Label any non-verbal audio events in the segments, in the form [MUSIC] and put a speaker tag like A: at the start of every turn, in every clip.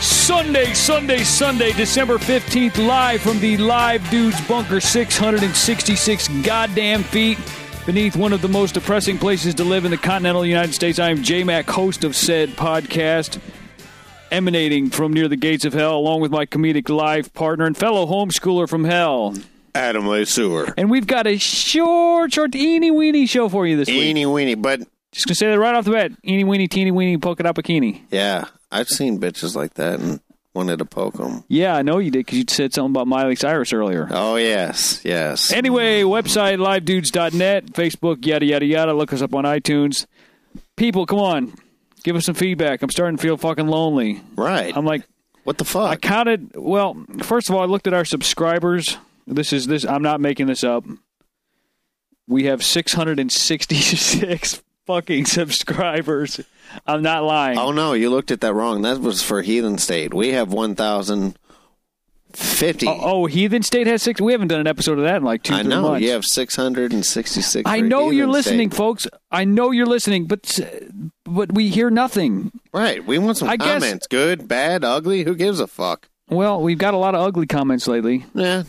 A: Sunday, Sunday, Sunday, December 15th, live from the Live Dudes Bunker, 666 goddamn feet beneath one of the most depressing places to live in the continental United States. I am J Mac, host of said podcast, emanating from near the gates of hell, along with my comedic life partner and fellow homeschooler from hell.
B: Adam Lesueur.
A: And we've got a short, short, eeny weeny show for you this week.
B: Eeny weeny, but
A: Just gonna say that right off the bat. Eeny weeny, teeny weeny, polka dot bikini.
B: yeah, I've seen bitches like that and wanted to poke them.
A: Yeah, I know you did because you said something about Miley Cyrus earlier.
B: Oh yes, yes.
A: Anyway, website livedudes.net, Facebook, yada, yada, yada. Look us up on iTunes. People, come on. Give us some feedback. I'm starting to feel fucking lonely.
B: right.
A: I'm like,
B: what the
A: Um, I
B: fuck?
A: counted. Well, first of all, I looked at our subscribers. This is this. I'm not making this up. We have 666 [LAUGHS] fucking subscribers. I'm not lying.
B: oh no, you looked at that wrong. That was for Heathen State. We have one thousand fifty.
A: Oh, Heathen State has six. We haven't done an episode of that in like two,
B: I
A: three
B: know
A: months.
B: you have six hundred and sixty-six.
A: I know you're listening, folks. I know you're listening, but but we hear nothing.
B: Right. We want some
A: I guess-
B: comments. Good, bad, ugly. Who gives a fuck?
A: Well, we've got a lot of ugly comments lately.
B: Yeah.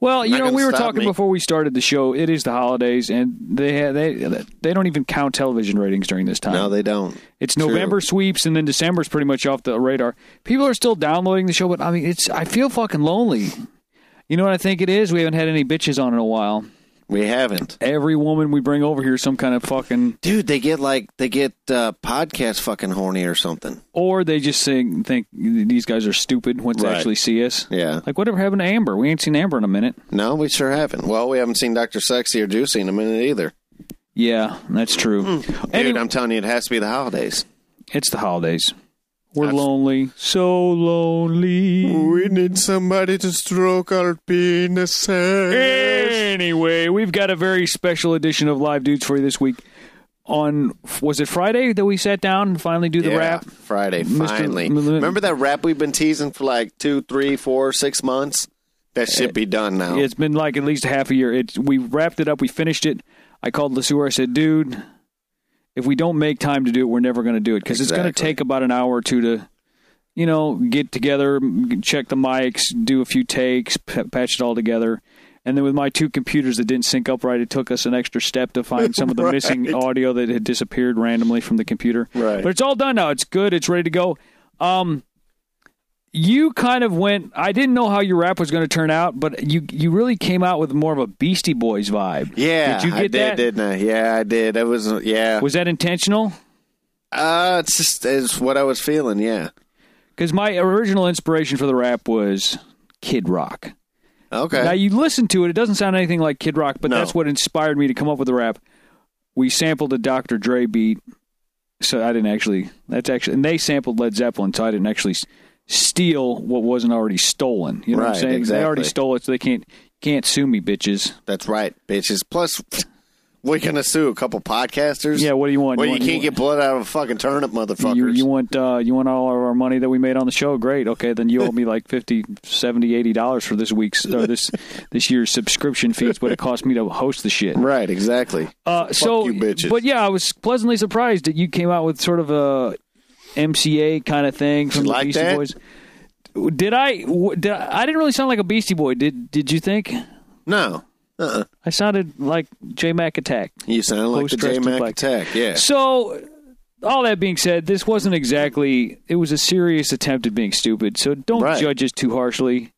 A: Well, you
B: Not
A: know,
B: gonna
A: we were
B: stop
A: talking
B: me.
A: before we started the show. It is the holidays, and they ha- they they don't even count television ratings during this time.
B: No, they don't.
A: it's
B: True.
A: November sweeps, and then December's pretty much off the radar. People are still downloading the show, but I mean, it's I feel fucking lonely. You know what I think it is? We haven't had any bitches on in a while.
B: We haven't.
A: Every woman we bring over here is some kind of fucking,
B: Dude, they get like they get uh, podcast fucking horny or something.
A: or they just sing, think these guys are stupid once
B: Right.
A: they actually see us.
B: Yeah.
A: Like whatever happened to Amber? We ain't seen Amber in a minute.
B: No, we sure haven't. Well, we haven't seen Doctor Sexy or Juicy in a minute either.
A: Yeah, that's true.
B: Dude,
A: Anyway-
B: I'm telling you, it has to be the holidays.
A: It's the holidays. We're lonely. So lonely.
B: We need somebody to stroke our penis.
A: Anyway, we've got a very special edition of Live Dudes for you this week. On was it Friday that we sat down and finally do the rap?
B: Friday,
A: Mr.
B: finally.
A: M- M-
B: Remember that rap we've been teasing for like two, three, four, six months? That
A: Eh,
B: should be done now.
A: It's been like at least a half a year. It we wrapped it up. We finished it. I called Lesueur. I said, "Dude, if we don't make time to do it, we're never going to do it because it's going to
B: Exactly.
A: take about an hour or two to, you know, get together, m- check the mics, do a few takes, p- patch it all together." And then with my two computers that didn't sync up right, it took us an extra step to find some of the
B: [LAUGHS]
A: missing audio that had disappeared randomly from the computer.
B: Right.
A: But it's all done now. It's good. It's ready to go. Um, you kind of went I didn't know how your rap was going to turn out, but you you really came out with more of a Beastie Boys vibe.
B: yeah,
A: Did you get
B: I did,
A: that?
B: didn't I? Yeah, I did. That was yeah.
A: Was that intentional?
B: Uh, it's just it's what I was feeling. Yeah.
A: Cuz my original inspiration for the rap was Kid Rock.
B: Okay.
A: Now you listen to it, it doesn't sound anything like Kid Rock, but
B: No.
A: that's what inspired me to come up with the rap. We sampled a Dr. Dre beat, so I didn't actually. That's actually, and they sampled Led Zeppelin, so I didn't actually s- steal what wasn't already stolen. You know what I'm
B: Right,
A: saying? They already
B: exactly.
A: stole it, so they can't can't sue me, bitches.
B: That's right, bitches. Plus, we're gonna sue a couple podcasters.
A: Yeah, what do you want?
B: Well,
A: You
B: you,
A: want- you
B: can't get blood out of a fucking turnip, motherfuckers.
A: You, you want uh, you want all of our money that we made on the show? Great. Okay, then you owe me like 50 70 80 dollars for this week's or this this year's subscription fees, what it cost me to host the shit.
B: right, exactly.
A: Uh, so,
B: you bitches.
A: but yeah, I was pleasantly surprised that you came out with sort of a MCA kind of thing from
B: You
A: the
B: like
A: Beastie
B: that?
A: Boys. Did I, w- did I? I didn't really sound like a Beastie Boy. Did Did you think
B: No, uh-uh.
A: I sounded like J Mac Attack?
B: you sound like
A: Post
B: the J
A: dressed in
B: Mac
A: black.
B: attack. Yeah,
A: [LAUGHS] So, all that being said, this wasn't exactly. It was a serious attempt at being stupid. So don't
B: Right.
A: judge us too harshly.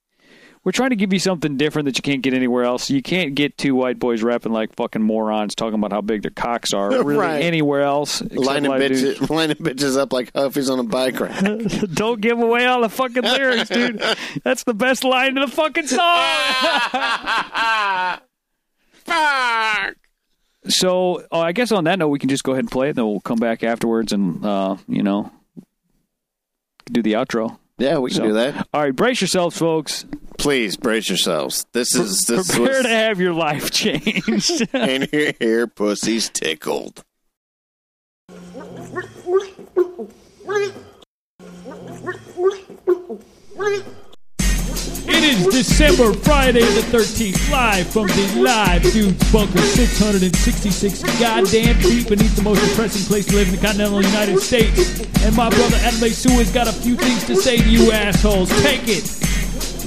A: We're trying to give you something different that you can't get anywhere else. You can't get two white boys rapping like fucking morons, talking about how big their cocks
B: [LAUGHS]
A: are, really
B: Right.
A: anywhere else. except
B: lining
A: Live Dudes.
B: bitches, [LAUGHS] lining bitches up like Huffy's on a bike rack.
A: [LAUGHS] Don't give away all the fucking lyrics,
B: [LAUGHS]
A: dude. That's the best line of the fucking song.
B: Fuck.
A: so uh, I guess on that note, we can just go ahead and play it, and then we'll come back afterwards and uh, you know do the outro.
B: Yeah, we can
A: So-
B: do that.
A: All right, brace yourselves, folks.
B: Please brace yourselves. This is this is
A: Prepare
B: what's-
A: to have your life
B: [LAUGHS]
A: changed.
B: and your hair pussy's tickled.
A: It is It's December, Friday the 13th, live from the Live Dudes Bunker, 666 goddamn feet beneath the most depressing place to live in the continental United States. And my brother Adelaide Sue has got a few things to say to you assholes. Take it.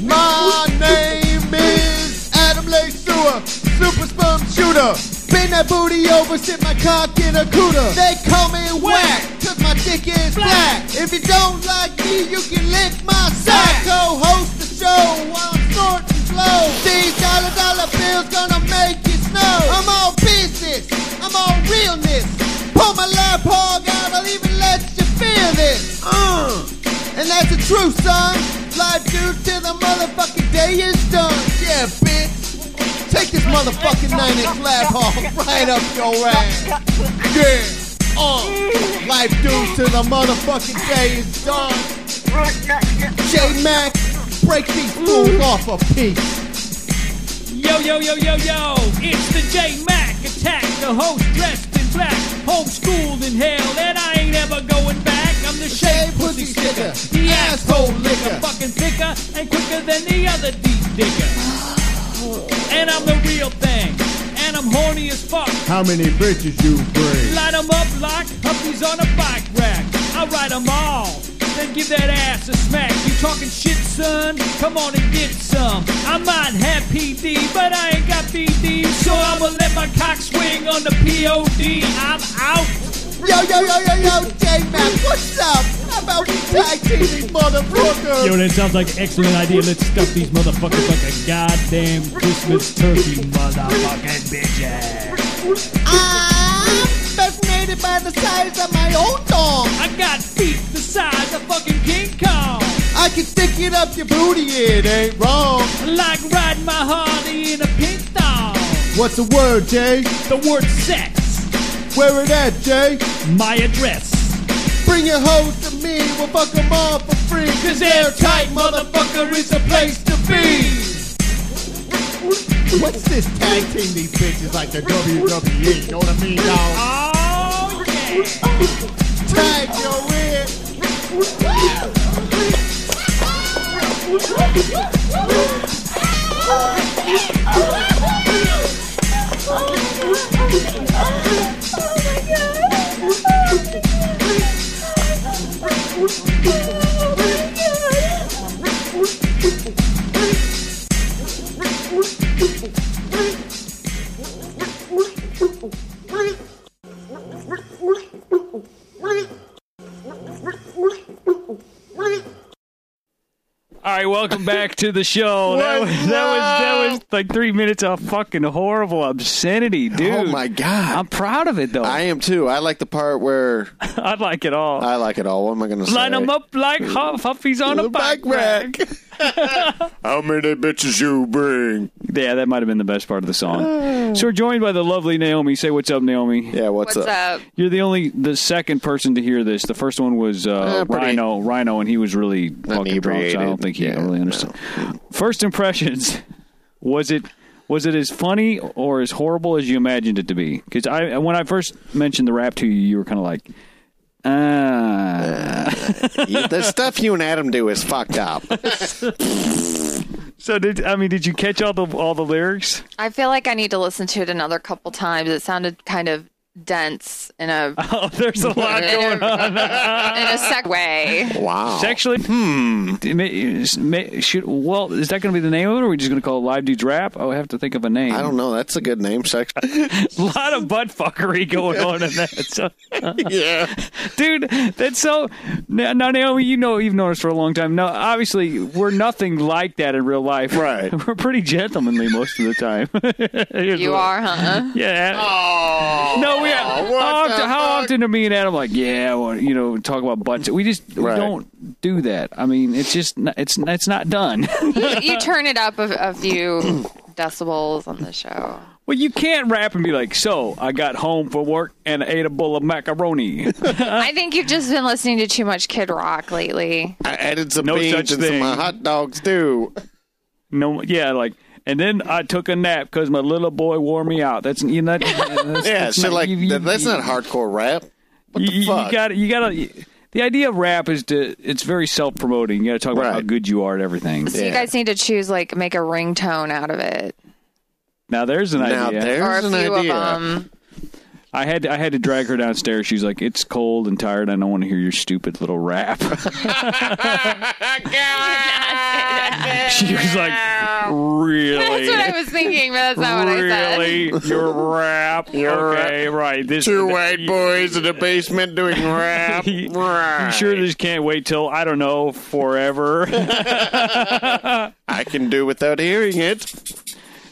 C: My name is Adam Lay Sewer, super sperm shooter. Bend that booty over, sit my cock in a cooter. They call me whack, cause my dick is black. If you don't like me, you can lick my sack. Co host the show while I'm snorting blow. These dollar dollar bills gonna make it snow. I'm all business, I'm all realness. Pull my lap hog out, I'll even let you feel this. Uh. And that's the truth, son. Live dude till the motherfucking day is done. Yeah, bitch. Take this motherfucking nine inch lab hog right up your ass. Yeah. Uh. Live dude till the motherfucking day is done. J Mac, break these fools off a piece.
A: Yo, yo, yo, yo, yo. It's the J Mac attack, the host dressed in black, homeschooled in hell, and I ain't ever going back. I'm the
C: Shave
A: shaved
C: pussy sticker,
A: The asshole
C: liquor.
A: liquor, fucking thicker and quicker than the other deep digger. And I'm the real thing, and I'm horny as fuck.
C: How many bitches you bring?
A: Light 'em up like Humvees on a bike rack. I ride 'em all. Then give that ass a smack. You talking shit, son? Come on and get some. I might have PD, but I ain't got BD. So I'ma let my cock swing on the POD. I'm out.
C: Yo, yo, yo, yo, yo, J Mac, what's up? How about we tag team these motherfuckers?
A: that sounds like an excellent idea. Let's stuff these motherfuckers like a goddamn Christmas turkey, motherfucking bitches.
C: I'm fascinated by the size of my own dong.
A: I got feet the size of fucking King Kong.
C: I can stick it up your booty, it ain't wrong.
A: I like riding my Harley in a pink thong.
C: What's the word, Jay?
A: The word sex,
C: Where it at, Jay?
A: my address.
C: Bring your hoes to me, we'll fuck 'em all for free.
A: Cause airtight motherfucker is the place to be.
C: What's this tag team these bitches like the WWE? Know what I mean, dog?
A: Oh yeah.
C: Tag your in.
A: All right, welcome back to the show. That was, that was that was like three minutes of fucking horrible obscenity, dude.
B: Oh my
A: I'm
B: god.
A: proud of it though. [LAUGHS] I,
B: i am too. I like the part where
A: like it all.
B: I like it all. What am I going to say?
A: Line 'em up like Huff, Huffy's on a bike rack.
B: [LAUGHS] How many bitches you bring?
A: Yeah, that might have been the best part of the song. so we're joined by the lovely Naomi. Say what's up, Naomi.
B: Oh. Yeah, what's,
D: What's up?
A: You're the only the second person to hear this. The first one was uh,
B: Uh, pretty-
A: Rhino, Rhino, and he was really fucking drunk. So I don't
B: Inebriated.
A: think he
B: Yeah,
A: really
B: no.
A: understood. First impressions. [LAUGHS] Was it was it as funny or as horrible as you imagined it to be? Because I when I first mentioned the rap to you, you were kind of like, ah.
B: You- the stuff you and Adam do is
A: [LAUGHS]
B: fucked up.
A: So did I mean? Did you catch all the all the lyrics? [LAUGHS]
D: I feel like I need to listen to it another couple times. It sounded kind of dense in a
A: [LAUGHS] Oh, there's a
B: [LAUGHS]
A: lot
D: in
A: going on.
D: a, [LAUGHS] in a sec way.
B: Wow.
A: Sexually, hmm. Should, well, is that going to be the name of it, or are we just going to call it Live Dudes Rap? Oh, I have to think of a name.
B: I don't know. That's a good name. Sex.
A: [LAUGHS]
B: [LAUGHS]
A: a lot of butt fuckery going on in that. So,
B: yeah.
A: dude, that's so. Now, now, Naomi, you know, you've known us for a long time. Now, obviously, we're nothing like that in real life.
B: Right.
A: [LAUGHS] We're pretty gentlemanly most of the time. [LAUGHS] Here's
D: You
A: what-
D: are, Oh. huh?
A: Yeah. no, we. how often, how often are me and Adam like, yeah, well, you know, talk about butts? We just we
B: Right.
A: don't do that. I mean, it's just not, it's it's not done. [LAUGHS]
D: You, you turn it up a, a few decibels on the show.
A: Well, you can't rap and be like, so I got home from work and ate a bowl of
D: [LAUGHS]
A: macaroni.
D: I think you've just been listening to too much Kid Rock lately.
B: I added some
A: No
B: beans
A: such
B: and
A: thing.
B: some uh, hot dogs too.
A: No, yeah, like, and then I took a nap because my little boy wore me out. That's you
D: [LAUGHS]
A: know, that's,
B: Yeah,
A: that's
B: shit
A: not-
B: like
A: you- you-
B: that, that's not hardcore rap.
A: you, you
B: fuck?
A: got you got to. the idea of rap is to it's very self promoting. You got to talk about
B: Right.
A: how good you are at everything.
D: So you
B: Yeah.
D: guys need to choose like make a ringtone out of it,
A: Now there's an
B: Now
A: idea.
B: there's
D: or a
B: an
D: few
B: idea.
D: of them.
A: I had I had to drag her downstairs. She's like, "It's cold and tired. I don't want to hear your stupid little rap." [LAUGHS] she was like, "Really?
D: [LAUGHS] That's what I was thinking, but that's not what I said.
A: really? Your rap?
B: Your rap.
A: okay, right? This
B: Two white boys in the basement doing
A: [LAUGHS]
B: rap.
A: You-
B: Right.
A: You sure this can't wait till I don't know
B: [LAUGHS]
A: forever?"
B: I can do without hearing it.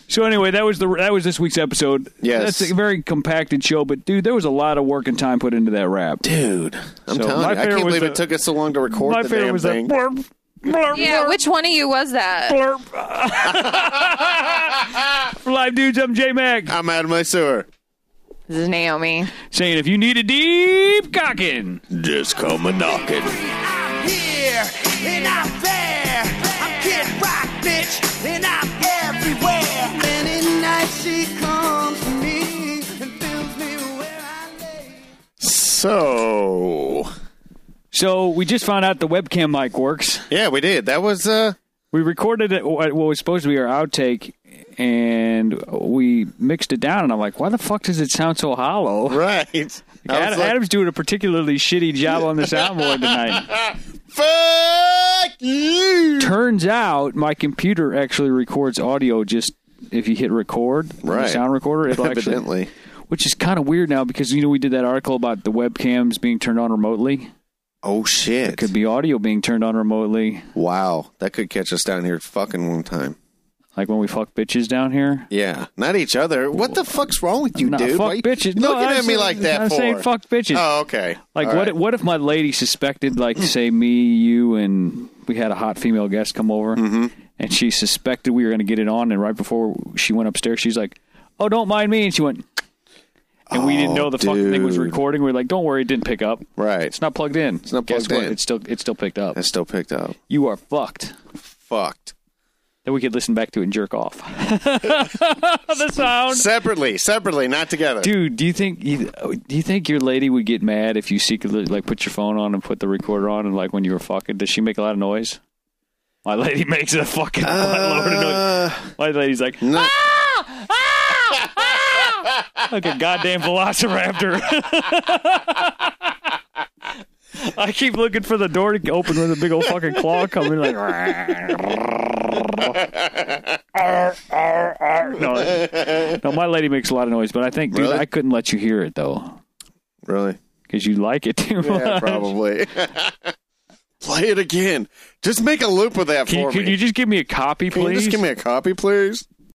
A: so anyway, that was the that was this week's episode.
B: Yes.
A: that's a very compacted show, but dude, there was a lot of work and time put into that rap.
B: Dude, I'm
A: So my
B: telling you, I
A: favorite
B: can't
A: was
B: believe
A: the-
B: it took us so long to record
A: My
B: the
A: favorite
B: damn
A: was
B: thing.
A: that blurp, blurp,
D: Yeah,
A: blurp,
D: which one of you was that?
A: blurp. [LAUGHS] Live dudes, I'm J Mac.
B: I'm out of my sewer.
D: This is Naomi.
A: saying if you need a deep cocking.
B: Just come a knocking.
E: I'm here and I'm there. I'm Kid Rock, bitch, and I'm everywhere. Many nights she comes to me and fills me where I lay.
B: So,
A: So we just found out the webcam mic works.
B: yeah, we did. That was uh [LAUGHS]
A: We recorded it, what what was supposed to be our outtake, and we mixed it down. And I'm like, why the fuck does it sound so hollow?
B: right. I was
A: Adam,
B: like,
A: Adam's doing a particularly shitty job
B: [LAUGHS]
A: on the soundboard tonight.
B: fuck you.
A: Turns out my computer actually records audio just if you hit record, on the
B: Right.
A: sound recorder, it'll actually,
B: Evidently,
A: which is kind of weird now because you know we did that article about the webcams being turned on remotely.
B: oh shit!
A: Could be audio being turned on remotely.
B: Wow, that could catch us down here fucking one time.
A: Like when we fuck bitches down here.
B: Yeah, not each other. What the fuck's wrong with you,
A: Nah,
B: dude?
A: fuck
B: Why you
A: bitches.
B: Looking
A: No, I'm
B: at me
A: saying-
B: like that
A: I'm
B: for?
A: saying fuck bitches.
B: Oh, okay.
A: Like
B: All
A: what?
B: right. Mm.
A: What if my lady suspected, like, say me, you, and we had a hot female guest come over,
B: Mm-hmm.
A: and she suspected we were going to get it on, and right before she went upstairs, she's like, "Oh, don't mind me," and she went, and we didn't
B: Oh,
A: know the fucking thing was
B: dude.
A: recording. We were like, "Don't worry, it didn't pick up.
B: Right.
A: It's not plugged in. It's
B: not
A: Guess
B: plugged
A: what?
B: in.
A: It's still it's still picked up.
B: I still picked up.
A: you are fucked."
B: Fucked.
A: Then we could listen back to it and jerk
B: [LAUGHS]
A: off. [LAUGHS] the sound.
B: Separately, separately, not together.
A: Dude, do you think you, do you think your lady would get mad if you secretly like put your phone on and put the recorder on and like when you were fucking? Does she make a lot of noise? My lady [LAUGHS] makes a fucking buttload
B: Uh,
A: of noise. My lady's like
B: no.
A: like a goddamn velociraptor. [LAUGHS] I keep looking for the door to open with a big old fucking claw coming like. [LAUGHS] no, no, my lady makes a lot of noise, but I think dude,
B: Really?
A: I couldn't let you hear it though. [LAUGHS]
B: Really?
A: because you like it too much.
B: Yeah, probably. [LAUGHS] Play it again. Just make a loop of that
A: Can you,
B: for
A: can
B: me.
A: you just give me a copy,
B: Can you
A: please?
B: just give me a copy, please?